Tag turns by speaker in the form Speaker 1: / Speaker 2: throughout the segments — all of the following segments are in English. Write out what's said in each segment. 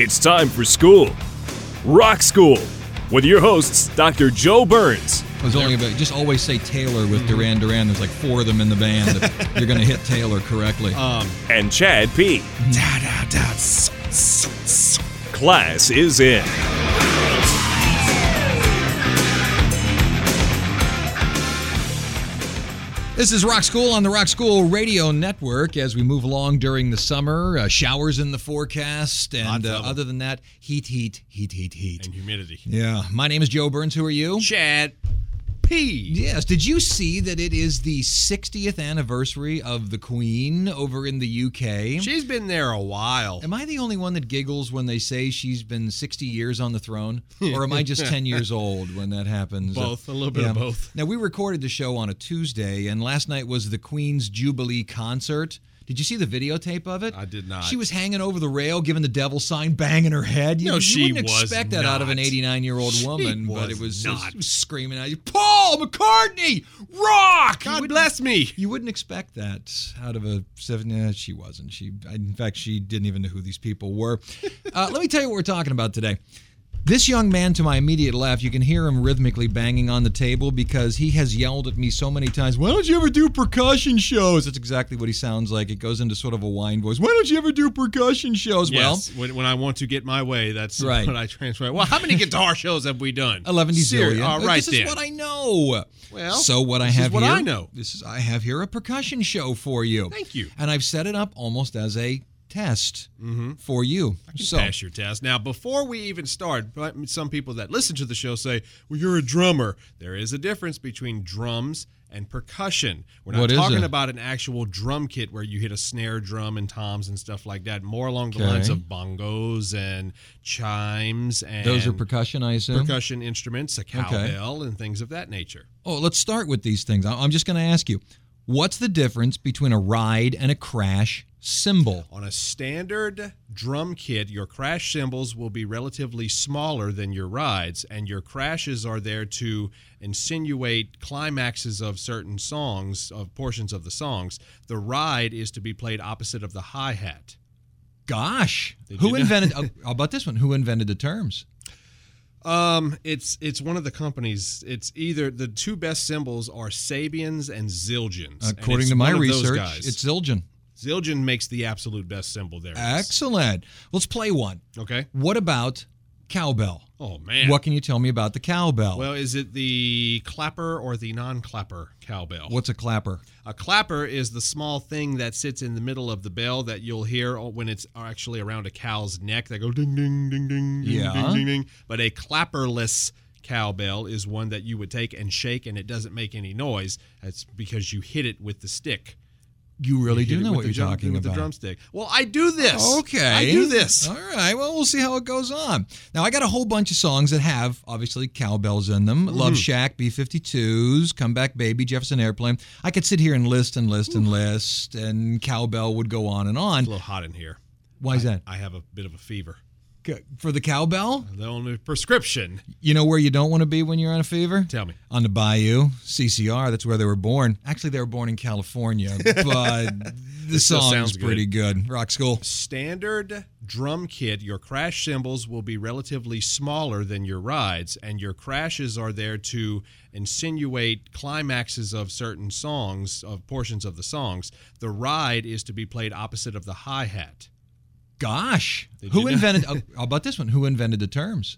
Speaker 1: It's time for school. Rock School with your hosts, Dr. Joe Burns
Speaker 2: It was only about just always say Taylor with Duran Duran. There's like four of them in the band. If You're gonna hit Taylor correctly.
Speaker 1: and Chad P. Class is in.
Speaker 2: This is Rock School on the Rock School Radio Network. As we move along during the summer, uh, showers in the forecast, and uh, other than that, heat, heat, heat, heat, heat.
Speaker 3: and humidity.
Speaker 2: Yeah. My name is Joe Burns. Who are you?
Speaker 3: Chad P.
Speaker 2: Yes. Did you see that it is the 60th anniversary of the Queen over in the UK?
Speaker 3: She's been there a while.
Speaker 2: Am I the only one that giggles when they say she's been 60 years on the throne? Or am I just 10 years old when that happens?
Speaker 3: Both, a little bit of both.
Speaker 2: Now, we recorded the show on a Tuesday, and last night was the Queen's Jubilee concert. Did you see the videotape of it?
Speaker 3: I did not.
Speaker 2: She was hanging over the rail, giving the devil sign, banging her head. You,
Speaker 3: No,
Speaker 2: you
Speaker 3: she
Speaker 2: wouldn't
Speaker 3: was
Speaker 2: expect that out of an
Speaker 3: not.
Speaker 2: 89 year old
Speaker 3: She
Speaker 2: woman, but it was,
Speaker 3: was not.
Speaker 2: she was screaming at you, Paul McCartney, rock! You
Speaker 3: God
Speaker 2: wouldn't-
Speaker 3: bless me.
Speaker 2: you wouldn't expect that out of a seven. Nah, she wasn't. She, in fact, she didn't even know who these people were. Uh, let me tell you what we're talking about today. This young man to my immediate left, you can hear him rhythmically banging on the table because he has yelled at me so many times. Why don't you ever do percussion shows? That's exactly what he sounds like. It goes into sort of a whine voice. Why don't you ever do percussion shows?
Speaker 3: Yes, when, when I want to get my way, that's
Speaker 2: Right.
Speaker 3: what I transfer. Well, how many guitar shows have we done?
Speaker 2: Well, eleven
Speaker 3: Seri-
Speaker 2: zillion.
Speaker 3: All uh, right,
Speaker 2: this
Speaker 3: then.
Speaker 2: is what I know.
Speaker 3: Well,
Speaker 2: so what I
Speaker 3: this is
Speaker 2: have
Speaker 3: what
Speaker 2: here,
Speaker 3: I know.
Speaker 2: This is I have here a percussion show for you.
Speaker 3: Thank you.
Speaker 2: And I've set it up almost as a test for you. so
Speaker 3: Mm-hmm. Pass your test. Now, before we even start, but some people that listen to the show say, well, you're a drummer. There is a difference between drums and percussion. We're not
Speaker 2: What is
Speaker 3: talking
Speaker 2: it?
Speaker 3: about an actual drum kit where you hit a snare drum and toms and stuff like that, more along the lines of
Speaker 2: Okay.
Speaker 3: bongos and chimes and
Speaker 2: those are percussion, I assume.
Speaker 3: percussion instruments, a cowbell, and things of that nature.
Speaker 2: oh, let's start with these things. I- I'm just going to ask you, what's the difference between a ride and a crash cymbal?
Speaker 3: On a standard drum kit, your crash cymbals will be relatively smaller than your rides, and your crashes are there to insinuate climaxes of certain songs, of portions of the songs. The ride is to be played opposite of the hi hat.
Speaker 2: Gosh,
Speaker 3: Did you
Speaker 2: who
Speaker 3: know-
Speaker 2: invented? oh, how about this one? Who invented the terms?
Speaker 3: Um, it's it's one of the companies. It's either the two best cymbals are Sabians and Zildjians. and
Speaker 2: According
Speaker 3: it's
Speaker 2: to my
Speaker 3: one of those
Speaker 2: research,
Speaker 3: guys.
Speaker 2: it's Zildjian.
Speaker 3: Zildjian makes the absolute best cymbal there. is.
Speaker 2: Excellent. Let's play one.
Speaker 3: Okay.
Speaker 2: What about cowbell?
Speaker 3: Oh man.
Speaker 2: What can you tell me about the cowbell?
Speaker 3: Well, is it the clapper or the non-clapper cowbell?
Speaker 2: What's a clapper?
Speaker 3: A clapper is the small thing that sits in the middle of the bell that you'll hear when it's actually around a cow's neck that go ding ding ding ding ding
Speaker 2: Yeah.
Speaker 3: ding ding ding. But a clapperless cowbell is one that you would take and shake and it doesn't make any noise. That's because you hit it with the stick.
Speaker 2: You really do
Speaker 3: Hit it
Speaker 2: know
Speaker 3: with
Speaker 2: what
Speaker 3: the
Speaker 2: you're
Speaker 3: drum-
Speaker 2: talking
Speaker 3: with
Speaker 2: about.
Speaker 3: the drumstick. Well, I do this.
Speaker 2: Okay.
Speaker 3: I do this.
Speaker 2: All right. Well, we'll see how it goes on. Now, I got a whole bunch of songs that have obviously cowbells in them
Speaker 3: Mm-hmm.
Speaker 2: Love Shack, B 52s, Come Back Baby, Jefferson Airplane. I could sit here and list and list and list, and cowbell would go on and on.
Speaker 3: A little hot in here.
Speaker 2: Why is that?
Speaker 3: I have a bit of a fever.
Speaker 2: C- For the cowbell?
Speaker 3: The only prescription.
Speaker 2: You know where you don't want to be when you're on a fever?
Speaker 3: Tell me.
Speaker 2: on the bayou ccr that's where they were born actually they were born in california but the
Speaker 3: still
Speaker 2: song's
Speaker 3: sounds good.
Speaker 2: pretty good rock school
Speaker 3: standard drum kit, your crash cymbals will be relatively smaller than your rides, and your crashes are there to insinuate climaxes of certain songs, of portions of the songs. The ride is to be played opposite of the hi hat.
Speaker 2: gosh
Speaker 3: Did you
Speaker 2: who
Speaker 3: know-
Speaker 2: invented oh, how about this one who invented the terms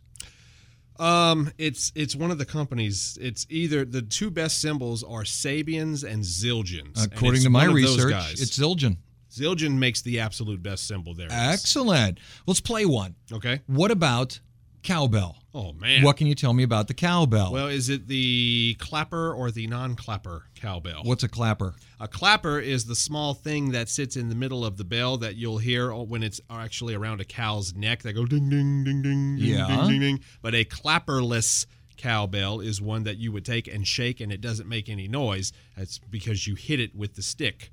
Speaker 3: Um, it's it's one of the companies. It's either the two best symbols are Sabians and Zildjians. and
Speaker 2: according
Speaker 3: it's
Speaker 2: to my
Speaker 3: one of those
Speaker 2: research
Speaker 3: guys.
Speaker 2: it's zildjian
Speaker 3: Zildjian makes the absolute best symbol there. is.
Speaker 2: Excellent. Let's play one.
Speaker 3: Okay.
Speaker 2: What about cowbell?
Speaker 3: Oh man.
Speaker 2: What can you tell me about the cowbell?
Speaker 3: Well, is it the clapper or the non-clapper cowbell?
Speaker 2: What's a clapper?
Speaker 3: A clapper is the small thing that sits in the middle of the bell that you'll hear when it's actually around a cow's neck that go ding ding ding ding ding,
Speaker 2: Yeah.
Speaker 3: ding ding ding. But a clapperless cowbell is one that you would take and shake and it doesn't make any noise. That's because you hit it with the stick.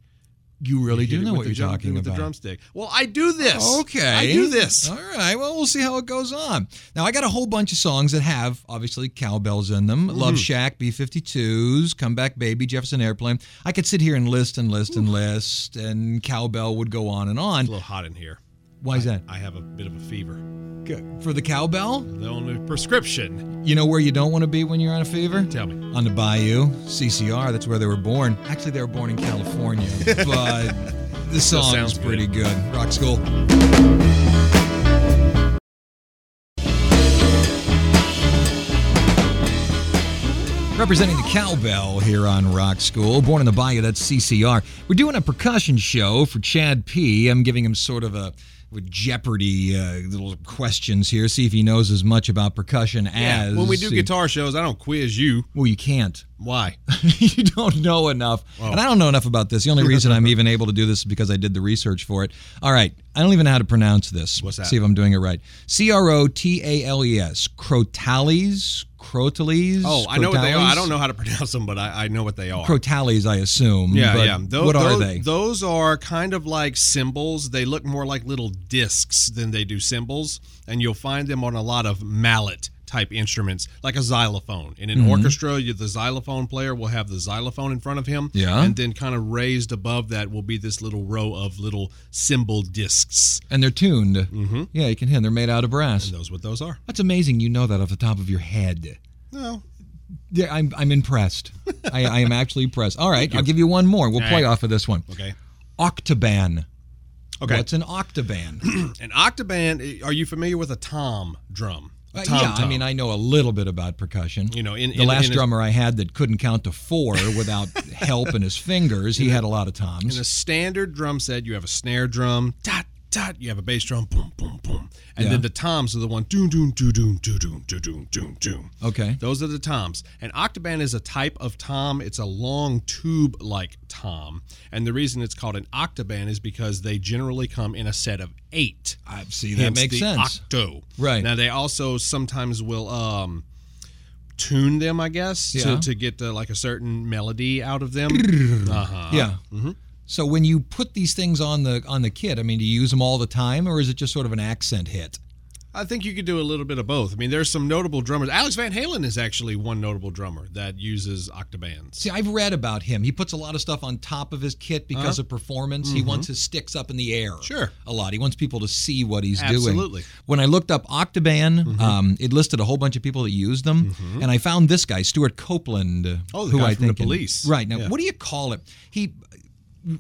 Speaker 2: You really
Speaker 3: Hit
Speaker 2: do
Speaker 3: it
Speaker 2: know
Speaker 3: with
Speaker 2: what
Speaker 3: the
Speaker 2: you're
Speaker 3: drum-
Speaker 2: talking
Speaker 3: with
Speaker 2: about.
Speaker 3: the drumstick. Well, I do this.
Speaker 2: Okay.
Speaker 3: I do this.
Speaker 2: All right. Well, we'll see how it goes on. Now, I got a whole bunch of songs that have obviously cowbells in them
Speaker 3: Mm-hmm.
Speaker 2: Love Shack, B 52s, Comeback Baby, Jefferson Airplane. I could sit here and list and list and list, and cowbell would go on and
Speaker 3: A
Speaker 2: on.
Speaker 3: little hot in here.
Speaker 2: Why is that?
Speaker 3: I have a bit of a fever.
Speaker 2: Good. For the cowbell,
Speaker 3: The only prescription.
Speaker 2: you know where you don't want to be when you're on a fever?
Speaker 3: Tell me.
Speaker 2: on the bayou ccr that's where they were born actually they were born in california but the
Speaker 3: sounds
Speaker 2: song's
Speaker 3: good.
Speaker 2: pretty good rock school Representing the cowbell here on Rock School, born in the Bayou, that's CCR. We're doing a percussion show for Chad P. I'm giving him sort of a with Jeopardy uh, little questions here, see if he knows as much about percussion as
Speaker 3: when we do
Speaker 2: he-
Speaker 3: guitar shows, I don't quiz you.
Speaker 2: Well, you can't
Speaker 3: Why?
Speaker 2: you don't know enough. And I don't know enough about this. The only reason I'm even able to do this is because I did the research for it. All right. I don't even know how to pronounce this.
Speaker 3: What's that?
Speaker 2: See if I'm doing it right. C R O T A L E S. Crotales? Crotales?
Speaker 3: Oh, I know what they are. I
Speaker 2: Crotales?
Speaker 3: don't know how to pronounce them, but I, I know what they are.
Speaker 2: Crotales, I assume.
Speaker 3: yeah,
Speaker 2: but
Speaker 3: yeah. Tho-
Speaker 2: what
Speaker 3: tho-
Speaker 2: are they?
Speaker 3: Those are kind of like symbols. They look more like little discs than they do symbols, and you'll find them on a lot of mallet type instruments, like a xylophone. In
Speaker 2: Mm-hmm.
Speaker 3: an orchestra, you, the xylophone player will have the xylophone in front of him,
Speaker 2: Yeah.
Speaker 3: and then kind of raised above that will be this little row of little cymbal discs.
Speaker 2: and they're tuned. Mm-hmm. Yeah, you can hear. them. They're made out of brass.
Speaker 3: Knows what those are?
Speaker 2: That's amazing. You know that off the top of your head.
Speaker 3: No.
Speaker 2: Yeah, I'm, I'm impressed. I, I am actually impressed. All right, I'll give you one more. We'll play off of this one.
Speaker 3: Okay.
Speaker 2: Octoban.
Speaker 3: Okay.
Speaker 2: What's an Uh, octoban?
Speaker 3: An octoban. eh, Are you familiar with a tom drum? A
Speaker 2: Uh,
Speaker 3: tom
Speaker 2: yeah, I mean, I know a little bit about percussion.
Speaker 3: You know, in-
Speaker 2: the
Speaker 3: in-
Speaker 2: last
Speaker 3: in a-
Speaker 2: drummer I had that couldn't count to four without help in his fingers, he had a lot of
Speaker 3: In a
Speaker 2: toms.
Speaker 3: standard drum set, you have a snare drum, dot dot. You have a bass drum, boom boom boom, and then the toms are the one, doom doom doom doom doom doom doom doom doom doom.
Speaker 2: Okay.
Speaker 3: Those are the toms. An octoban is a type of tom. It's a long tube-like tom, and the reason it's called an octoban is because they generally come in a set of eight.
Speaker 2: I see that
Speaker 3: Hence
Speaker 2: makes
Speaker 3: the
Speaker 2: sense.
Speaker 3: Octo.
Speaker 2: Right.
Speaker 3: Now they also sometimes will um tune them, I guess,
Speaker 2: Yeah.
Speaker 3: to, to get uh, like a certain melody out of them. uh-huh.
Speaker 2: yeah. So when you put these things on the on the kit, I mean, do you use them all the time, or is it just sort of an accent hit?
Speaker 3: I think you could do a little bit of both. I mean, there's some notable drummers. Alex Van Halen is actually one notable drummer that uses octobands.
Speaker 2: See, I've read about him. He puts a lot of stuff on top of his kit because of performance. He wants his sticks up in the air.
Speaker 3: Uh-huh. Mm-hmm. Sure.
Speaker 2: A lot. He wants people to see what he's doing.
Speaker 3: Absolutely. Mm-hmm.
Speaker 2: When I looked up Octoban, um, it listed a whole bunch of people that used them, and I found this guy, Stuart Copeland.
Speaker 3: Oh, the
Speaker 2: who
Speaker 3: guy
Speaker 2: I
Speaker 3: from the
Speaker 2: think in-
Speaker 3: Police.
Speaker 2: right now,
Speaker 3: Yeah.
Speaker 2: what do you call it? He,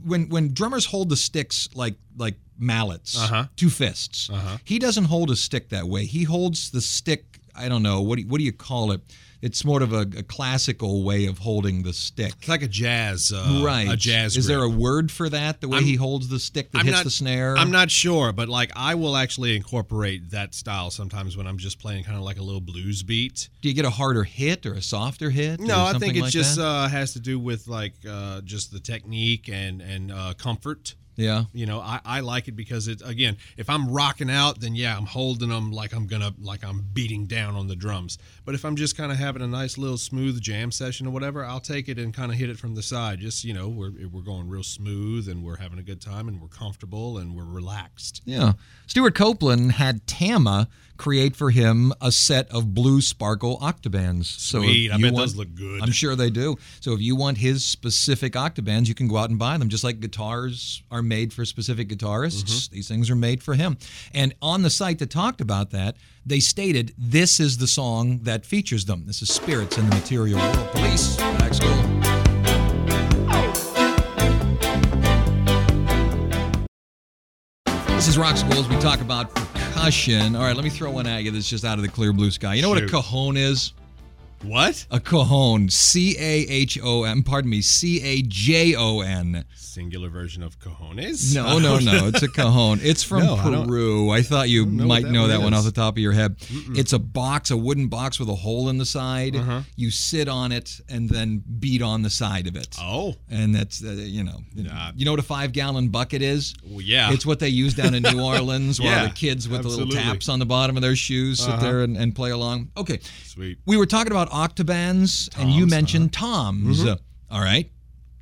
Speaker 2: when when drummers hold the sticks like like mallets,
Speaker 3: Uh-huh.
Speaker 2: two fists. He doesn't hold his stick that way. He holds the stick. I don't know what do you, what do you call it. It's more of a, a classical way of holding the stick.
Speaker 3: It's like a jazz, uh,
Speaker 2: right.
Speaker 3: A jazz.
Speaker 2: Is there a
Speaker 3: grip.
Speaker 2: word for that? The way he holds the stick that
Speaker 3: I'm
Speaker 2: hits
Speaker 3: not-
Speaker 2: the snare.
Speaker 3: I'm not sure, but like I will actually incorporate that style sometimes when I'm just playing kind of like a little blues beat.
Speaker 2: Do you get a harder hit or a softer hit?
Speaker 3: No,
Speaker 2: or
Speaker 3: I
Speaker 2: something
Speaker 3: think it
Speaker 2: like
Speaker 3: just
Speaker 2: that?
Speaker 3: uh, has to do with like uh, just the technique and and uh, comfort.
Speaker 2: yeah.
Speaker 3: You know, I, I like it because it again, if I'm rocking out, then yeah, I'm holding them like I'm gonna like I'm beating down on the drums. But if I'm just kind of having a nice little smooth jam session or whatever, I'll take it and kind of hit it from the side. Just you know, we're we're going real smooth and we're having a good time and we're comfortable and we're relaxed.
Speaker 2: Yeah. Stuart Copeland had Tama create for him a set of blue sparkle octobands. So if
Speaker 3: Sweet. I
Speaker 2: Oh, you
Speaker 3: bet
Speaker 2: want-
Speaker 3: those look good.
Speaker 2: I'm sure they do. So if you want his specific octobands, you can go out and buy them. Just like guitars are made for specific guitarists,
Speaker 3: Mm-hmm.
Speaker 2: these things are made for him. And on the site that talked about that, they stated this is the song that features them. This is Spirits in the Material World. Police, back school. This is Rock School as we talk about percussion. All right, let me throw one at you that's just out of the clear blue sky. You know what a
Speaker 3: Shoot.
Speaker 2: cajon is?
Speaker 3: What?
Speaker 2: A cajon. C A H O M. Pardon me. C A J O N. Oh,
Speaker 3: Singular version of cojones?
Speaker 2: No, no, no. It's a cajon. It's from
Speaker 3: No, I don't-
Speaker 2: Peru. I, thought you
Speaker 3: know what
Speaker 2: might
Speaker 3: that
Speaker 2: know
Speaker 3: one
Speaker 2: that one
Speaker 3: is.
Speaker 2: off the top of your head. It's a box, a wooden box with a hole in the side.
Speaker 3: Uh-huh.
Speaker 2: You sit on it and then beat on the side of it.
Speaker 3: Oh,
Speaker 2: And that's uh, you know you know- you know what a five gallon bucket is.
Speaker 3: Well, yeah.
Speaker 2: it's what they use down in New Orleans, where all
Speaker 3: Yeah,
Speaker 2: the kids with the
Speaker 3: absolutely. Uh-huh.
Speaker 2: little taps on the bottom of their shoes sit there and, and play along. Okay,
Speaker 3: sweet.
Speaker 2: we were talking about octobands, and you mentioned toms. All right,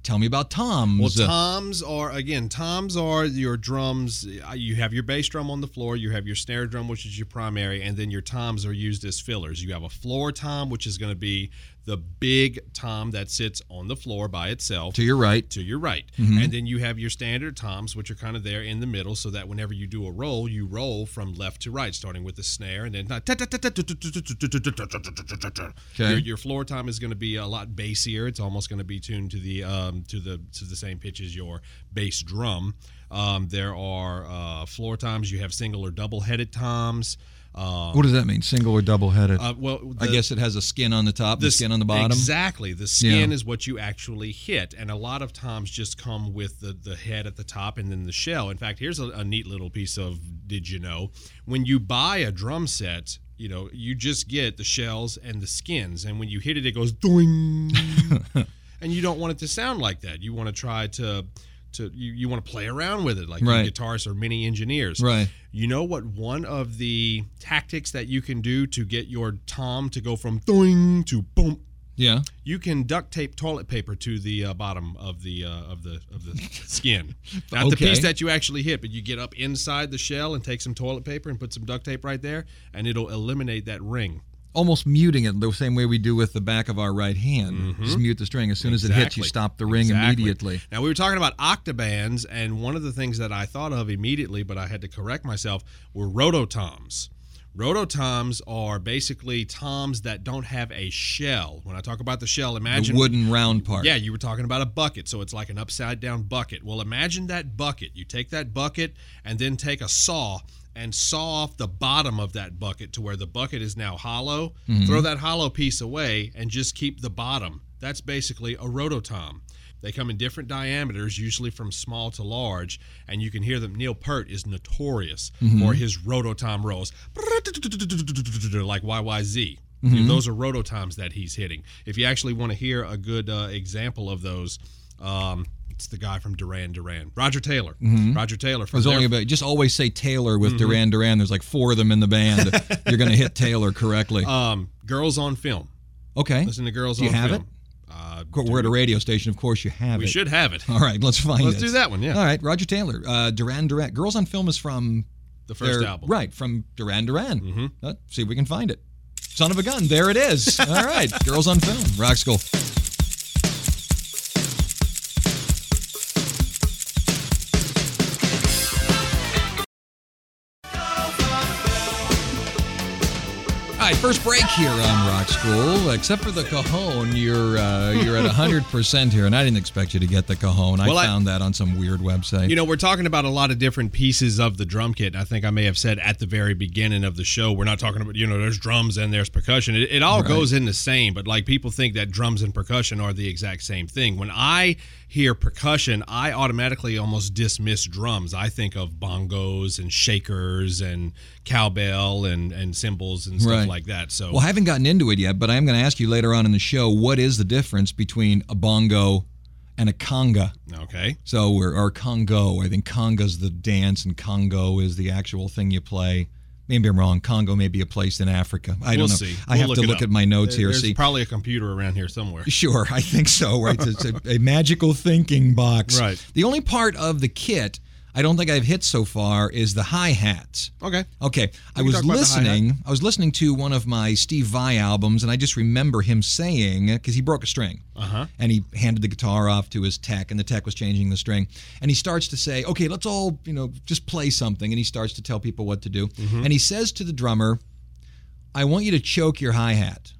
Speaker 2: tell me about toms.
Speaker 3: Well, toms are again. Toms are your drums. uh, You have your bass drum on the floor. You have your snare drum, which is your primary, and then your toms are used as fillers. You have a floor tom, which is going to be the big tom that sits on the floor by itself.
Speaker 2: to your right.
Speaker 3: to your right. And then you have your standard toms, which are kind of there in the middle, so that whenever you do a roll, you roll from left to right, starting with the snare and then your, your floor tom is going to be a lot bassier. It's almost going to be tuned to the um, to the to the same pitch as your bass drum. Um, there are uh, floor toms. You have single or double headed toms. Um,
Speaker 2: What does that mean? Single or double headed?
Speaker 3: uh, well,
Speaker 2: I
Speaker 3: the-
Speaker 2: guess it has a skin on the top, the
Speaker 3: s-
Speaker 2: skin on the bottom.
Speaker 3: Exactly. The skin
Speaker 2: Yeah.
Speaker 3: is what you actually hit. And a lot of toms just come with the, the head at the top and then the shell. In fact, here's a, a neat little piece of did you know? When you buy a drum set, you know, you just get the shells and the skins. And when you hit it, it goes doing. and you don't want it to sound like that. You want to try to. To, you, you want to play around with it like you
Speaker 2: Right.
Speaker 3: guitarists or mini engineers
Speaker 2: Right.
Speaker 3: you know what one of the tactics that you can do to get your tom to go from doing to boom?
Speaker 2: Yeah.
Speaker 3: You can duct tape toilet paper to the uh, bottom of the uh, of the of the skin. Not the
Speaker 2: Okay.
Speaker 3: piece that you actually hit, but you get up inside the shell and take some toilet paper and put some duct tape right there and it'll eliminate that ring.
Speaker 2: Almost muting it the same way we do with the back of our right hand. Just mute the string. As soon as it hits, you
Speaker 3: Exactly.
Speaker 2: stop the ring
Speaker 3: Exactly.
Speaker 2: immediately.
Speaker 3: Now we were talking about octobands, and one of the things that I thought of immediately, but I had to correct myself, were rototoms. Rototoms are basically toms that don't have a shell. When I talk about the shell,
Speaker 2: The
Speaker 3: imagine
Speaker 2: wooden round part.
Speaker 3: yeah, you were talking about a bucket, so it's like an upside down bucket. Well, imagine that bucket. You take that bucket and then take a saw and saw off the bottom of that bucket to where the bucket is now hollow. Throw that hollow piece away and just keep the bottom. That's basically a rototom. They come in different diameters, usually from small to large, and you can hear them. Neil Peart is notorious
Speaker 2: Mm-hmm.
Speaker 3: for his rototom rolls, like YYZ.
Speaker 2: Mm-hmm.
Speaker 3: Those are rototoms that he's hitting. If you actually want to hear a good uh, example of those, um, it's the guy from Duran Duran, Roger Taylor. Roger Taylor from
Speaker 2: There's Mm-hmm. only
Speaker 3: their-
Speaker 2: about just always say Taylor with Duran Duran. There's like four of them in the band. You're gonna hit Taylor correctly.
Speaker 3: um, Girls on Film.
Speaker 2: okay.
Speaker 3: Listen to Girls
Speaker 2: Do you
Speaker 3: on
Speaker 2: have
Speaker 3: Film.
Speaker 2: it?
Speaker 3: Uh,
Speaker 2: Co- We're at a radio station, of course you have
Speaker 3: we
Speaker 2: it.
Speaker 3: should have it.
Speaker 2: All right, let's find
Speaker 3: Let's
Speaker 2: it.
Speaker 3: do that one, yeah.
Speaker 2: All right, Roger Taylor, uh, Duran Duran. Girls on Film is from
Speaker 3: The first
Speaker 2: their-
Speaker 3: album.
Speaker 2: Right, from Duran Duran. Mm-hmm. Let's see if we can find it. Son of a gun, there it is. All right, Girls on Film, Rock School. All right, first break here on Rock School. Except for the cajon, you're uh, you're at 100% here, and I didn't expect you to get the cajon.
Speaker 3: Well,
Speaker 2: I
Speaker 3: I-
Speaker 2: found that on some weird website.
Speaker 3: You know, we're talking about a lot of different pieces of the drum kit. I think I may have said at the very beginning of the show, we're not talking about, you know, there's drums and there's percussion. It, it all goes in the same, but like people think that drums and percussion are the exact same thing. When I hear percussion, I automatically almost dismiss drums. I think of bongos and shakers and cowbell and, and cymbals and stuff
Speaker 2: Right.
Speaker 3: like that. So,
Speaker 2: Well, I haven't gotten into it yet, but I am going to ask you later on in the show what is the difference between a bongo and a conga.
Speaker 3: okay.
Speaker 2: So we're or congo. I think conga's the dance and congo is the actual thing you play. Maybe I'm wrong. Congo may be a place in Africa. I
Speaker 3: We'll
Speaker 2: don't know.
Speaker 3: see.
Speaker 2: I
Speaker 3: We'll
Speaker 2: have
Speaker 3: look
Speaker 2: to
Speaker 3: it
Speaker 2: look
Speaker 3: up.
Speaker 2: at my notes here.
Speaker 3: There's
Speaker 2: See,
Speaker 3: probably a computer around here somewhere.
Speaker 2: Sure, I think so. Right, it's a, a magical thinking box.
Speaker 3: Right.
Speaker 2: The only part of the kit I don't think I've hit so far is the hi hats.
Speaker 3: Okay.
Speaker 2: Okay, I
Speaker 3: can
Speaker 2: was
Speaker 3: talk about the
Speaker 2: listening. I was listening to one of my Steve Vai albums, and I just remember him saying because he broke a string, uh-huh. and he handed the guitar off to his tech, and the tech was changing the string, and he starts to say, "Okay, let's all you know just play something," and he starts to tell people what to do,
Speaker 3: Mm-hmm.
Speaker 2: and he says to the drummer, "I want you to choke your hi hat."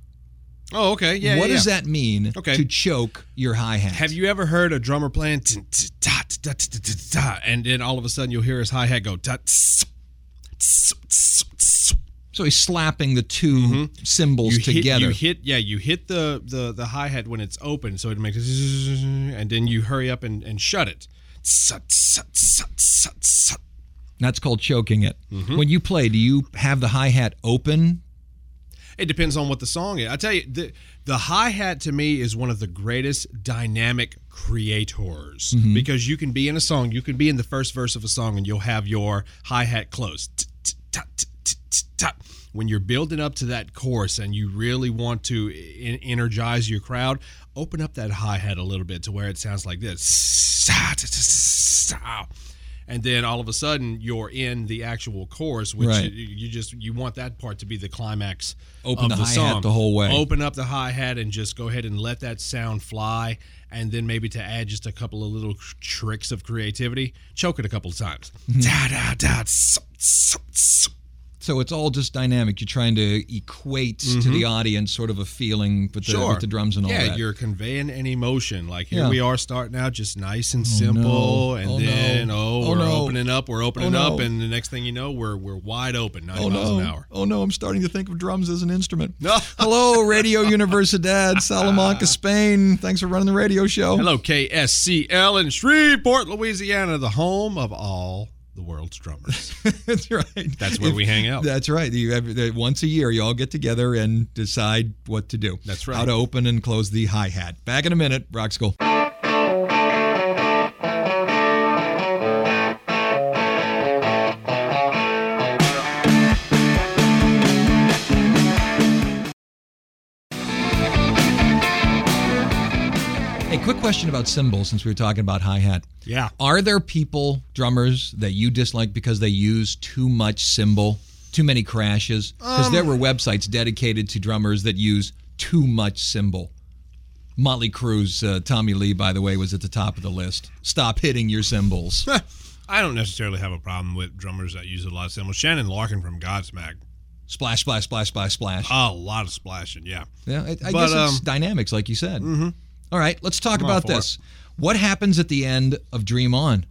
Speaker 3: Oh, okay. Yeah.
Speaker 2: what
Speaker 3: yeah,
Speaker 2: does
Speaker 3: yeah.
Speaker 2: that mean
Speaker 3: Okay.
Speaker 2: to choke your hi hat?
Speaker 3: Have you ever heard a drummer playing tin, t- ta, t- ta, t- t- t- ta, and then all of a sudden you'll hear his hi hat go ta, tss, tss, tss, tss.
Speaker 2: So he's slapping the 2 cymbals
Speaker 3: Mm-hmm. you hit,
Speaker 2: together.
Speaker 3: You hit, yeah, you hit the the the hi hat when it's open, so it makes, zzzz, and then you hurry up and, and shut it. Sut, sut, sut, sut, sut.
Speaker 2: That's called choking it.
Speaker 3: Mm-hmm.
Speaker 2: When you play, do you have the hi hat open?
Speaker 3: It depends on what the song is. I tell you, the, the hi hat to me is one of the greatest dynamic creators because you can be in a song, you can be in the first verse of a song, and you'll have your hi hat closed. When you're building up to that chorus and you really want to e-, en- energize your crowd, open up that hi hat a little bit to where it sounds like this. And then all of a sudden, you're in the actual chorus, which
Speaker 2: Right.
Speaker 3: you, you just you want that part to be the climax
Speaker 2: Open
Speaker 3: of
Speaker 2: the
Speaker 3: the,
Speaker 2: hi-hat
Speaker 3: song.
Speaker 2: the whole way.
Speaker 3: Open up the hi hat and just go ahead and let that sound fly, and then maybe to add just a couple of little tr- tricks of creativity, choke it a couple of times.
Speaker 2: Mm-hmm.
Speaker 3: Da da da. sup, sup, sup.
Speaker 2: So it's all just dynamic. You're trying to equate to the audience sort of a feeling with the,
Speaker 3: Mm-hmm. Sure.
Speaker 2: with the drums and all
Speaker 3: yeah,
Speaker 2: that.
Speaker 3: you're conveying an emotion. Like here
Speaker 2: Yeah. Oh,
Speaker 3: we are starting out just nice and simple,
Speaker 2: no.
Speaker 3: and
Speaker 2: Oh, no.
Speaker 3: then oh,
Speaker 2: Oh,
Speaker 3: we're
Speaker 2: no.
Speaker 3: opening up, we're opening
Speaker 2: Oh,
Speaker 3: up,
Speaker 2: no.
Speaker 3: and the next thing you know, we're we're wide open, 90
Speaker 2: Oh
Speaker 3: miles
Speaker 2: no!
Speaker 3: an hour.
Speaker 2: Oh no! I'm starting to think of drums as an instrument. Hello, Radio Universidad Salamanca, Spain. Thanks for running the radio show.
Speaker 3: Hello, KSCL in Shreveport, Louisiana, the home of all the world's drummers.
Speaker 2: That's right.
Speaker 3: That's where we hang out.
Speaker 2: That's right. You have, that once a year, you all get together and decide what to do.
Speaker 3: That's right.
Speaker 2: How to open and close the hi hat. Back in a minute, Rock School. Hey, quick question about cymbals since we were talking about hi hat.
Speaker 3: Yeah.
Speaker 2: Are there people, drummers, that you dislike because they use too much cymbal, too many crashes? Because
Speaker 3: Um,
Speaker 2: there were websites dedicated to drummers that use too much cymbal. Motley Crue's uh, Tommy Lee, by the way, was at the top of the list. Stop hitting your cymbals.
Speaker 3: I don't necessarily have a problem with drummers that use a lot of cymbals. Shannon Larkin from Godsmack,
Speaker 2: splash, splash, splash, splash, splash.
Speaker 3: a lot of splashing. Yeah.
Speaker 2: yeah, I, I
Speaker 3: Uh, but,
Speaker 2: guess it's
Speaker 3: um, mm-hmm.
Speaker 2: dynamics, like you said. All right, let's talk
Speaker 3: all
Speaker 2: about
Speaker 3: for it.
Speaker 2: this. What happens at the end of Dream On?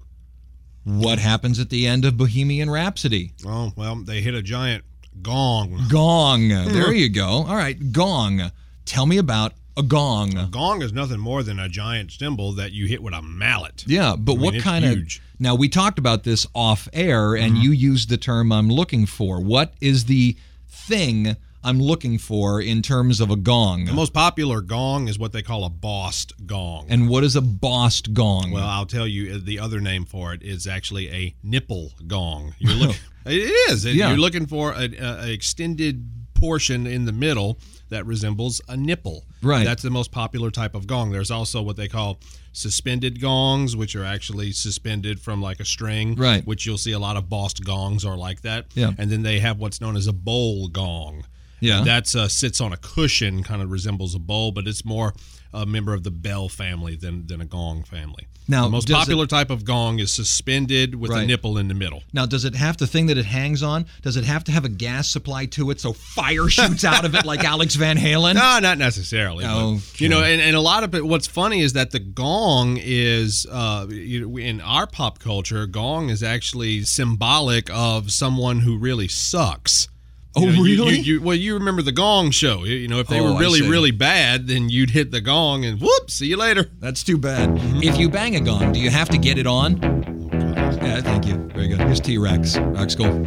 Speaker 2: What happens at the end of Bohemian Rhapsody?
Speaker 3: Oh well, they hit a giant gong.
Speaker 2: Gong.
Speaker 3: Hmm.
Speaker 2: There you go. All right, gong. Tell me about a gong.
Speaker 3: Gong is nothing more than a giant cymbal that you hit with a mallet.
Speaker 2: Yeah, but what
Speaker 3: it's
Speaker 2: kind of
Speaker 3: huge. Mm-hmm.
Speaker 2: Now we talked about this off air and you used the term I'm looking for. What is the thing I'm looking for in terms of a gong?
Speaker 3: The most popular gong is what they call a bossed gong.
Speaker 2: and what is a bossed gong?
Speaker 3: Well, I'll tell you uh, the other name for it is actually a nipple gong. You're looking, it is.
Speaker 2: Oh. Yeah.
Speaker 3: You're looking for an uh, extended portion in the middle that resembles a nipple.
Speaker 2: Right.
Speaker 3: That's the most popular type of gong. There's also what they call suspended gongs, which are actually suspended from like a string.
Speaker 2: Right.
Speaker 3: Which you'll see a lot of bossed gongs are like that.
Speaker 2: Yeah.
Speaker 3: And then they have what's known as a bowl gong.
Speaker 2: Yeah.
Speaker 3: And that's uh, sits on a cushion, kind of resembles a bowl, but it's more a member of the bell family than than a gong family.
Speaker 2: Now,
Speaker 3: the most
Speaker 2: does it-
Speaker 3: popular type of gong is suspended with
Speaker 2: Right.
Speaker 3: a nipple in the middle.
Speaker 2: now, does it have the thing that it hangs on? Does it have to have a gas supply to it so fire shoots out of it like Alex Van Halen?
Speaker 3: No, not necessarily. but,
Speaker 2: Okay.
Speaker 3: You know, and, and a lot of it. What's funny is that the gong is, uh, you know, in our pop culture, gong is actually symbolic of someone who really sucks.
Speaker 2: Oh,
Speaker 3: You know, you-
Speaker 2: really?
Speaker 3: you- you- well, you remember the Gong Show. You, you know, if they
Speaker 2: Oh,
Speaker 3: were
Speaker 2: I
Speaker 3: really,
Speaker 2: see.
Speaker 3: really bad, then you'd hit the gong and whoop, see you later.
Speaker 2: That's too bad. If you bang a gong, do you have to get it on? Yeah, thank you. Very good. Here's T Rex. Rock School.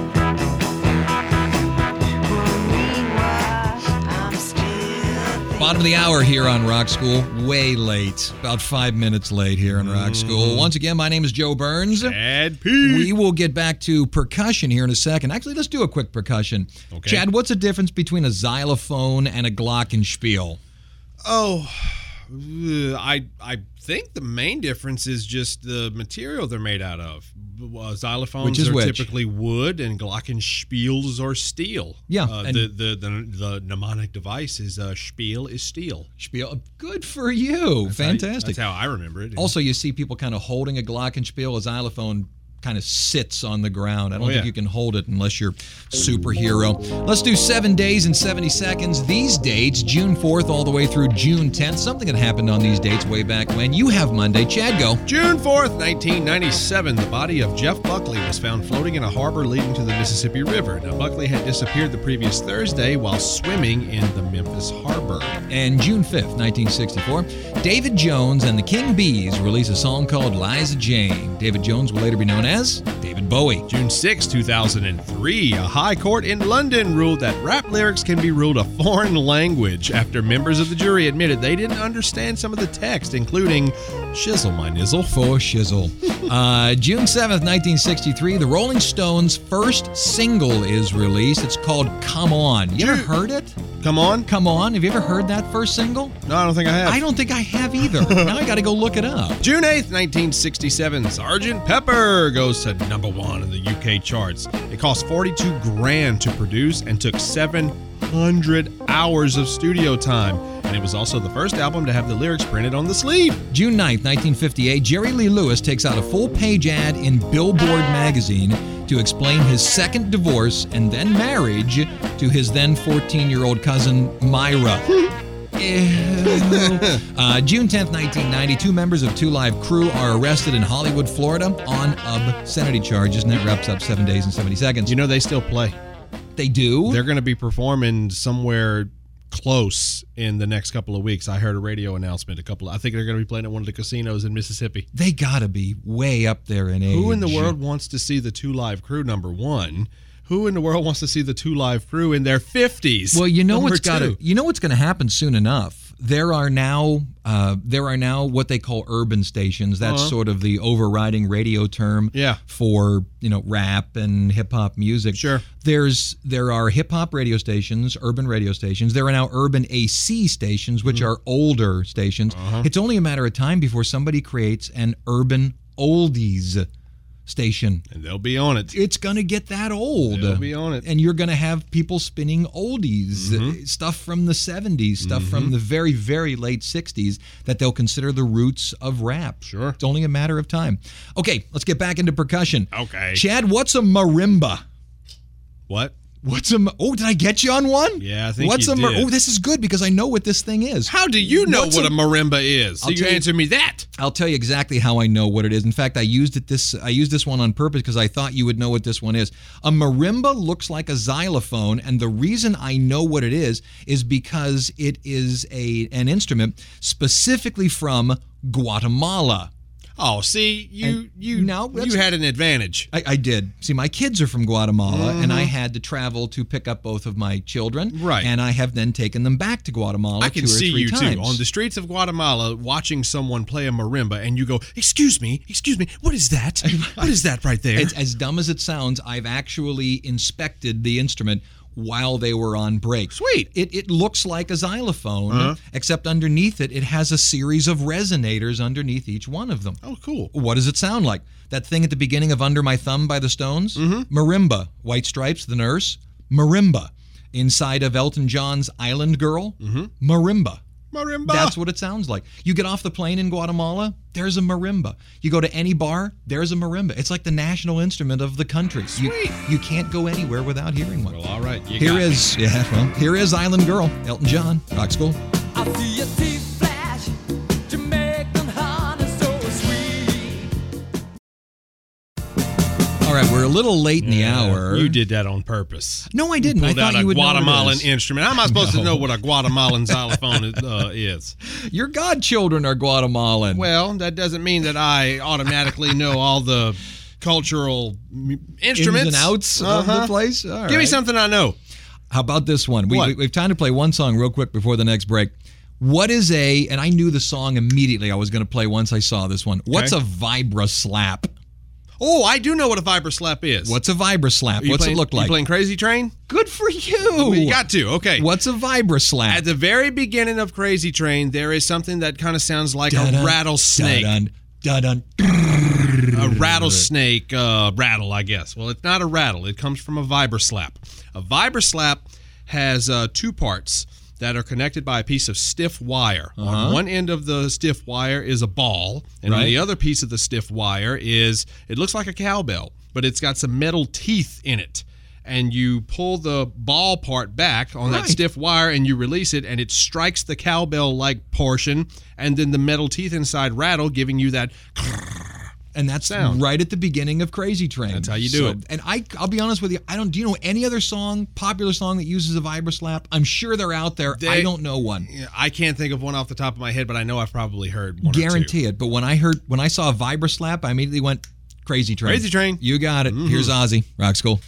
Speaker 2: Bottom of the hour here on Rock School. Way late. About five minutes late here on Rock
Speaker 3: Mm.
Speaker 2: School. Once again, my name is Joe Burns.
Speaker 3: Bad
Speaker 2: We will get back to percussion here in a second. Actually, let's do a quick percussion.
Speaker 3: Okay.
Speaker 2: Chad, what's the difference between a xylophone and a glockenspiel?
Speaker 3: Oh, uh, I I think the main difference is just the material they're made out of. Uh, xylophones
Speaker 2: Which is
Speaker 3: are
Speaker 2: which?
Speaker 3: typically wood, and glockenspiels are steel.
Speaker 2: Yeah,
Speaker 3: uh,
Speaker 2: and-
Speaker 3: the, the the the mnemonic device is uh, spiel is steel.
Speaker 2: Spiel. Good for you.
Speaker 3: That's how-
Speaker 2: Fantastic.
Speaker 3: That's how I remember it.
Speaker 2: also, you see people kind of holding a glockenspiel, a xylophone kind of sits on the ground. I don't
Speaker 3: Oh,
Speaker 2: think
Speaker 3: yeah.
Speaker 2: you can hold it unless you're superhero. Let's do seven days and 70 seconds. These dates, June 4th all the way through June 10th. Something that happened on these dates way back when. You have Monday. Chad, go.
Speaker 3: June 4th, 1997, the body of Jeff Buckley was found floating in a harbor leading to the Mississippi River. Now, Buckley had disappeared the previous Thursday while swimming in the Memphis harbor.
Speaker 2: And June 5th, 1964, David Jones and the King Bees release a song called Liza Jane. David Jones will later be known as David Bowie.
Speaker 3: June 6, 2003, a high court in London ruled that rap lyrics can be ruled a foreign language after members of the jury admitted they didn't understand some of the text, including Shizzle My Nizzle.
Speaker 2: For shizzle. Uh, June 7th, 1963, the Rolling Stones' first single is released. It's called Come On. You ever
Speaker 3: Ju-
Speaker 2: heard it?
Speaker 3: Come on.
Speaker 2: Come On. Have you ever heard that first single?
Speaker 3: No, I don't think I have.
Speaker 2: I don't think I have either. now I got to go look it up.
Speaker 3: June 8th, 1967, Sgt. Pepper goes to number one in the UK charts. It cost 42 grand to produce and took 700 hours of studio time. And it was also the first album to have the lyrics printed on the sleeve.
Speaker 2: June 9th, 1958, Jerry Lee Lewis takes out a full page ad in Billboard magazine to explain his second divorce and then marriage to his then 14 year old cousin, Myra. Ew. uh, June 10th, 1990, two members of Two Live Crew are arrested in Hollywood, Florida on obscenity charges. And that wraps up seven days and 70 seconds.
Speaker 3: You know, they still play.
Speaker 2: they do.
Speaker 3: They're going to be performing somewhere close in the next couple of weeks. I heard a radio announcement a couple I think they're going to be playing at one of the casinos in Mississippi.
Speaker 2: They gotta be way up there in age.
Speaker 3: Who in the world wants to see the two live crew number one? Who in the world wants to see the two live crew in their fifties?
Speaker 2: Well, you know what's got to you know what's going to happen soon enough. There are now uh, there are now what they call urban stations. That's sort of the overriding radio term
Speaker 3: Uh-huh. Yeah.
Speaker 2: for you know rap and hip hop music.
Speaker 3: Sure.
Speaker 2: There's there are hip hop radio stations, urban radio stations. There are now urban AC stations,
Speaker 3: Hmm.
Speaker 2: which are older stations.
Speaker 3: Uh-huh.
Speaker 2: It's only a matter of time before somebody creates an urban oldies station
Speaker 3: and they'll be on it.
Speaker 2: it's gonna get that old.
Speaker 3: They'll be on it. Mm-hmm.
Speaker 2: and you're gonna have people spinning oldies, uh, stuff from the '70s, stuff from the very, very late '60s that they'll consider the roots of rap.
Speaker 3: Sure.
Speaker 2: it's only a matter of time. Okay, let's get back into percussion.
Speaker 3: Okay.
Speaker 2: Chad, what's a marimba?
Speaker 3: What?
Speaker 2: What's a ma- oh? Did I get you on one?
Speaker 3: Yeah, I think
Speaker 2: What's
Speaker 3: you
Speaker 2: a mar-
Speaker 3: did.
Speaker 2: oh? This is good because I know what this thing is.
Speaker 3: How do you know
Speaker 2: What's
Speaker 3: what
Speaker 2: a-
Speaker 3: a, marimba is? So
Speaker 2: I'll
Speaker 3: you
Speaker 2: tell you-
Speaker 3: answer me that.
Speaker 2: I'll tell you exactly how I know what it is. In fact, I used it this I used this one on purpose because I thought you would know what this one is. A marimba looks like a xylophone, and the reason I know what it is is because it is a an instrument specifically from Guatemala.
Speaker 3: Oh, see, you
Speaker 2: And-
Speaker 3: you
Speaker 2: No, that's-
Speaker 3: you had an advantage.
Speaker 2: I, I did. See, my kids are from Guatemala, and I had to travel to pick up both of my children.
Speaker 3: Mm-hmm. Right.
Speaker 2: And I have then taken them back to Guatemala.
Speaker 3: I can
Speaker 2: two or
Speaker 3: see
Speaker 2: three
Speaker 3: you
Speaker 2: times.
Speaker 3: too on the streets of Guatemala watching someone play a marimba, and you go, "Excuse me, excuse me, what is that? What is that right there?"
Speaker 2: It's as dumb as it sounds, I've actually inspected the instrument while they were on break.
Speaker 3: Sweet.
Speaker 2: It, it looks like a xylophone, except underneath it, it has a series of resonators underneath each one of them.
Speaker 3: oh, cool.
Speaker 2: What does it sound like? That thing at the beginning of Under My Thumb by the Stones? Marimba. White Stripes, The Nurse? Marimba. Inside of Elton John's Island Girl? Marimba.
Speaker 3: Marimba.
Speaker 2: That's what it sounds like. You get off the plane in Guatemala, there's a marimba. You go to any bar, there's a marimba. It's like the national instrument of the country.
Speaker 3: Sweet.
Speaker 2: You, you can't go anywhere without hearing one.
Speaker 3: Well, all right. You
Speaker 2: here
Speaker 3: got me.
Speaker 2: is yeah, well, here is Island Girl, Elton John, Rock School.
Speaker 4: I see a teeth flash. Jamaican honey so sweet.
Speaker 2: All right, we're a little late in the hour.
Speaker 3: You did that on purpose.
Speaker 2: No, I didn't. I
Speaker 3: pulled
Speaker 2: thought
Speaker 3: out
Speaker 2: you
Speaker 3: a
Speaker 2: would know what it
Speaker 3: Guatemalan
Speaker 2: is.
Speaker 3: instrument. How am I supposed to know what a Guatemalan xylophone is, uh, is?
Speaker 2: Your godchildren are Guatemalan.
Speaker 3: Well, that doesn't mean that I automatically know all the cultural m- instruments
Speaker 2: Ins and outs of the
Speaker 3: Uh-huh.
Speaker 2: place. All
Speaker 3: Give me
Speaker 2: right.
Speaker 3: something I know.
Speaker 2: How about this one? We,
Speaker 3: What?
Speaker 2: we, we have time to play one song real quick before the next break. What is a, and I knew the song immediately I was going to play once I saw this one. What's a vibra slap?
Speaker 3: Oh, I do know what a vibra slap is.
Speaker 2: What's a vibra slap?
Speaker 3: You
Speaker 2: What's
Speaker 3: playing-
Speaker 2: it look
Speaker 3: You
Speaker 2: like?
Speaker 3: playing Crazy Train?
Speaker 2: Good for you.
Speaker 3: You got to. Okay.
Speaker 2: What's a vibra slap?
Speaker 3: At the very beginning of Crazy Train, there is something that kind of sounds like a
Speaker 2: Dun-dun,
Speaker 3: rattlesnake.
Speaker 2: Dun, dun, dun,
Speaker 3: a rattlesnake uh, rattle, I guess. Well, it's not a rattle. It comes from a vibra slap. A vibra slap has uh, two parts. that are connected by a piece of stiff wire. On one end of the stiff wire is a ball, and on the other piece of the stiff wire is it looks like a cowbell, but it's got some metal teeth in it. And you pull the ball part back on that stiff wire and you release it, and it strikes the cowbell like portion, and then the metal teeth inside rattle, giving you that
Speaker 2: and that's
Speaker 3: Sound.
Speaker 2: right at the beginning of Crazy Train.
Speaker 3: That's how you do it.
Speaker 2: And I, I'll be honest with you, I don't. Do you know any other song, popular song that uses a vibra slap? I'm sure they're out there. I
Speaker 3: They-
Speaker 2: don't know one.
Speaker 3: I can't think of one off the top of my head, but I know I've probably heard one.
Speaker 2: Guarantee it. But when I heard, when I saw a vibra slap, I immediately went Crazy Train.
Speaker 3: Crazy Train. Mm-hmm.
Speaker 2: You got it. Here's Ozzy. Rock school.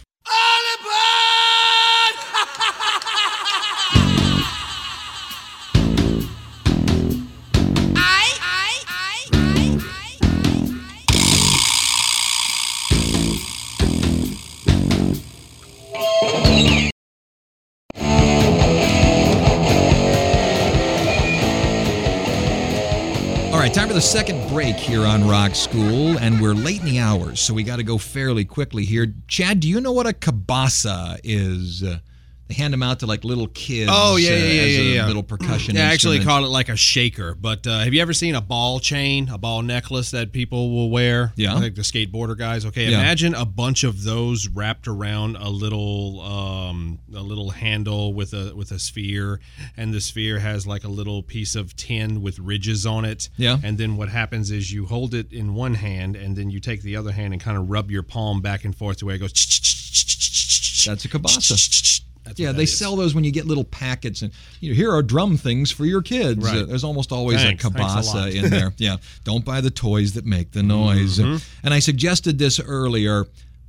Speaker 2: All right, time for the second break here on Rock School, and we're late in the hours, so we got to go fairly quickly here. Chad, do you know what a kibasa is? Uh, they hand them out to like little kids.
Speaker 3: Oh yeah,
Speaker 2: uh,
Speaker 3: yeah, yeah,
Speaker 2: as
Speaker 3: yeah,
Speaker 2: a
Speaker 3: yeah.
Speaker 2: Little percussion.
Speaker 3: They actually
Speaker 2: instrument.
Speaker 3: call it like a shaker. But uh, have you ever seen a ball chain, a ball necklace that people will wear?
Speaker 2: Yeah.
Speaker 3: like the skateboarder guys. Okay,
Speaker 2: Yeah.
Speaker 3: imagine a bunch of those wrapped around a little, um, a little handle with a with a sphere, and the sphere has like a little piece of tin with ridges on it.
Speaker 2: Yeah.
Speaker 3: and then what happens is you hold it in one hand, and then you take the other hand and kind of rub your palm back and forth to where it goes.
Speaker 2: That's a kibasa.
Speaker 3: That's
Speaker 2: Yeah,
Speaker 3: what
Speaker 2: they
Speaker 3: that is.
Speaker 2: sell those when you get little packets, and you know, here are drum things for your kids.
Speaker 3: Right.
Speaker 2: Uh, there's almost always
Speaker 3: Thanks.
Speaker 2: a
Speaker 3: Thanks a lot.
Speaker 2: kibasa in there. Yeah, don't buy the toys that make the noise.
Speaker 3: Mm-hmm.
Speaker 2: And I suggested this earlier: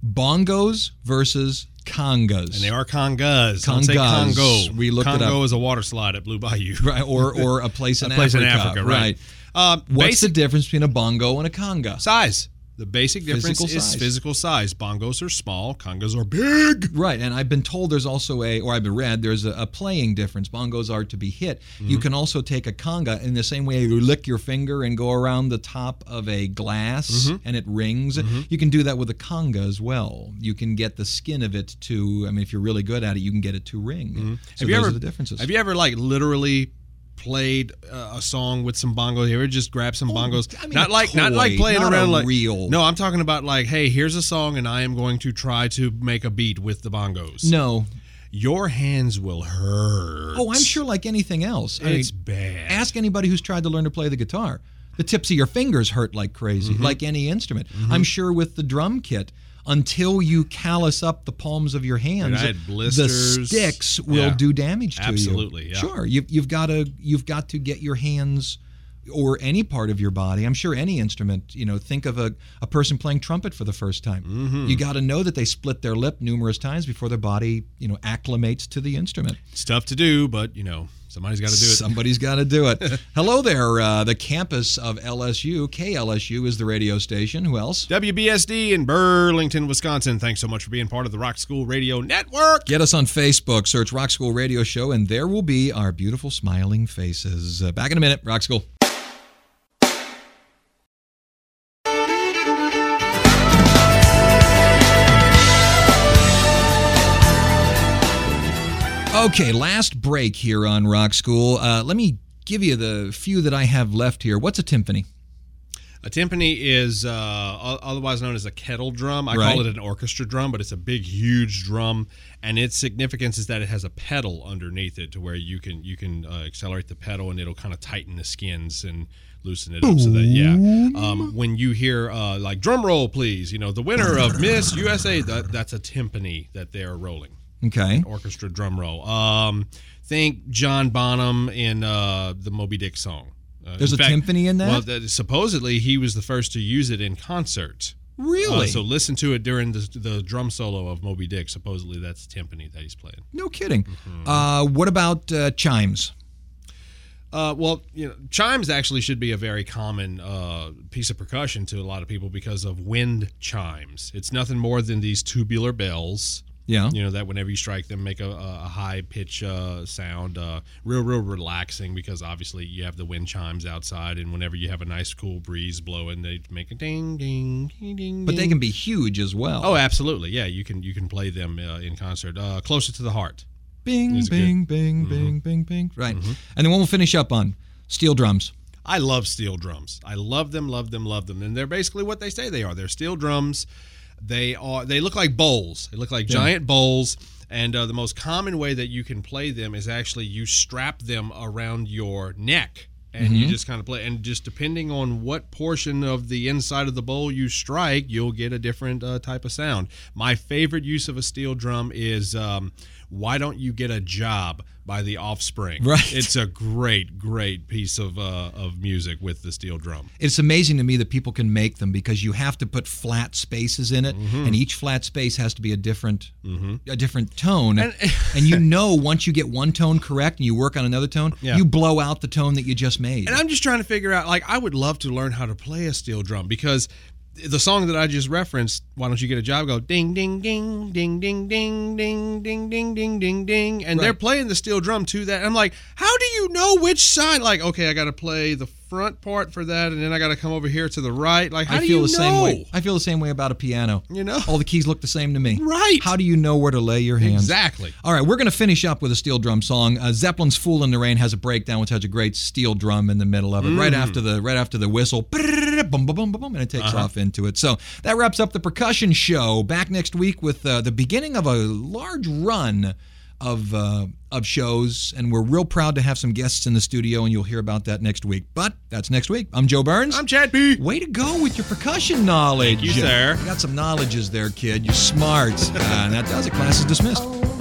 Speaker 2: bongos versus congas.
Speaker 3: They are congas. Don't say
Speaker 2: Congas.
Speaker 3: Congo.
Speaker 2: We looked it
Speaker 3: Congo
Speaker 2: up.
Speaker 3: is a water slide at Blue Bayou.
Speaker 2: right? Or or a place in
Speaker 3: A place
Speaker 2: Africa, Uh,
Speaker 3: in Africa, right? Um,
Speaker 2: What's
Speaker 3: basic
Speaker 2: the difference between a bongo and a conga?
Speaker 3: size? The basic difference
Speaker 2: Physical
Speaker 3: is
Speaker 2: size.
Speaker 3: physical size. Bongos are small. Congas are big.
Speaker 2: Right, and I've been told there's also a, or I've been read there's a, a playing difference. Bongos are to be hit.
Speaker 3: Mm-hmm.
Speaker 2: You can also take a conga in the same way you lick your finger and go around the top of a glass
Speaker 3: Mm-hmm.
Speaker 2: and it rings. You can do that with a conga as well. You can get the skin of it to. I mean, if you're really good at it, you can get it to ring. So
Speaker 3: Mm-hmm. have you
Speaker 2: those
Speaker 3: ever
Speaker 2: are the differences.
Speaker 3: Have you ever like literally played uh, a song with some bongos? You ever just grab some bongos?
Speaker 2: Oh, I mean,
Speaker 3: not
Speaker 2: a
Speaker 3: like not like
Speaker 2: toy,
Speaker 3: playing
Speaker 2: not
Speaker 3: around
Speaker 2: a
Speaker 3: like
Speaker 2: real-
Speaker 3: No, I'm talking about like, hey, here's a song, and I am going to try to make a beat with the bongos.
Speaker 2: no.
Speaker 3: your hands will hurt.
Speaker 2: Oh, I'm sure like anything else. I mean,
Speaker 3: it's bad.
Speaker 2: ask anybody who's tried to learn to play the guitar. The tips of your fingers hurt like crazy,
Speaker 3: Mm-hmm.
Speaker 2: like any instrument. I'm sure with the drum kit, until you callus up the palms of your hands,
Speaker 3: I had
Speaker 2: the
Speaker 3: blisters.
Speaker 2: sticks will
Speaker 3: Yeah.
Speaker 2: do damage to
Speaker 3: Absolutely,
Speaker 2: you.
Speaker 3: yeah.
Speaker 2: Sure, you, you've got to you've got to get your hands or any part of your body. I'm sure any instrument. You know, think of a, a person playing trumpet for the first time.
Speaker 3: Mm-hmm.
Speaker 2: You got to know that they split their lip numerous times before their body you know acclimates to the instrument.
Speaker 3: It's tough to do, but you know somebody's got to do it.
Speaker 2: Somebody's got to do it. Hello there, uh, the campus of LSU. KLSU is the radio station. Who else?
Speaker 3: WBSD in Burlington, Wisconsin. Thanks so much for being part of the Rock School Radio Network.
Speaker 2: Get us on Facebook, search Rock School Radio Show, and there will be our beautiful smiling faces. Uh, back in a minute, Rock School. Okay, last break here on Rock School. Uh, let me give you the few that I have left here. What's a timpani?
Speaker 3: A timpani is uh, o- otherwise known as a kettle drum. I
Speaker 2: Right.
Speaker 3: call it an orchestra drum, but it's a big, huge drum, and its significance is that it has a pedal underneath it, to where you can you can uh, accelerate the pedal, and it'll kind of tighten the skins and loosen it up. So that yeah, um, when you hear uh, like drum roll, please, you know the winner of Miss USA, that, that's a timpani that they are rolling.
Speaker 2: Okay.
Speaker 3: orchestra drum roll. Um, think John Bonham in uh, the Moby Dick song. Uh,
Speaker 2: There's a timpani in that?
Speaker 3: Well, that, supposedly he was the first to use it in concert. Uh,
Speaker 2: Really?
Speaker 3: so listen to it during the, the drum solo of Moby Dick. Supposedly that's timpani that he's playing.
Speaker 2: no kidding.
Speaker 3: Mm-hmm.
Speaker 2: Uh, what about uh, chimes?
Speaker 3: Uh, well, you know, chimes actually should be a very common uh, piece of percussion to a lot of people because of wind chimes. It's nothing more than these tubular bells.
Speaker 2: Yeah.
Speaker 3: you know that whenever you strike them make a, a high pitch uh, sound uh, real real relaxing because obviously you have the wind chimes outside and whenever you have a nice cool breeze blowing they make a ding ding ding ding
Speaker 2: But they
Speaker 3: ding.
Speaker 2: can be huge as well.
Speaker 3: oh absolutely yeah you can you can play them uh, in concert uh, closer to the heart
Speaker 2: Bing,
Speaker 3: It's
Speaker 2: bing,
Speaker 3: Mm-hmm.
Speaker 2: bing, bing, bing, bing. Right. And then one we'll finish up on steel drums.
Speaker 3: I love steel drums. I love them, love them, love them. And they're basically what they say they are. They're steel drums. They are they look like bowls. They look like giant bowls. And uh, the most common way that you can play them is actually you strap them around your neck and you just kind of play and just depending on what portion of the inside of the bowl you strike you'll get a different uh, type of sound my favorite use of a steel drum is um, why don't you get a job by the offspring
Speaker 2: Right.
Speaker 3: it's a great great piece of uh, of music with the steel drum
Speaker 2: It's amazing to me that people can make them because you have to put flat spaces in it,
Speaker 3: Mm-hmm.
Speaker 2: and each flat space has to be a different a different tone. And, you know, once you get one tone correct and you work on another tone,
Speaker 3: Yeah.
Speaker 2: you blow out the tone that you just made.
Speaker 3: And I'm just trying to figure out, like, I would love to learn how to play a steel drum because the song that I just referenced, Why Don't You Get a Job, go ding, ding, ding, ding, ding, ding, ding, ding, ding, ding, ding, ding. And they're playing the steel drum to that. I'm like, how do you know which side? Like, okay, I got to play the front part for that, and then I got to come over here to the right. Like, how
Speaker 2: I
Speaker 3: do
Speaker 2: feel
Speaker 3: you
Speaker 2: the same
Speaker 3: know?
Speaker 2: way. I feel the same way about a piano.
Speaker 3: You know?
Speaker 2: all the keys look the same to me.
Speaker 3: Right.
Speaker 2: How do you know where to lay your hands?
Speaker 3: Exactly.
Speaker 2: All right, we're going to finish up with a steel drum song. Uh, Zeppelin's "Fool in the Rain" has a breakdown which has a great steel drum in the middle of it,
Speaker 3: Mm.
Speaker 2: right after the right after the whistle, Brrrr, bum, bum, bum, bum, bum, and it takes
Speaker 3: Uh-huh.
Speaker 2: off into it. So that wraps up the percussion show. Back next week with uh, the beginning of a large run of uh, of shows, and we're real proud to have some guests in the studio, and you'll hear about that next week. But that's next week. I'm Joe Burns.
Speaker 3: I'm Chad P.
Speaker 2: Way to go with your percussion knowledge.
Speaker 3: Thank you, sir.
Speaker 2: You got some knowledges there, kid. You're smart. Uh, and that does it. Class is dismissed.
Speaker 4: Oh,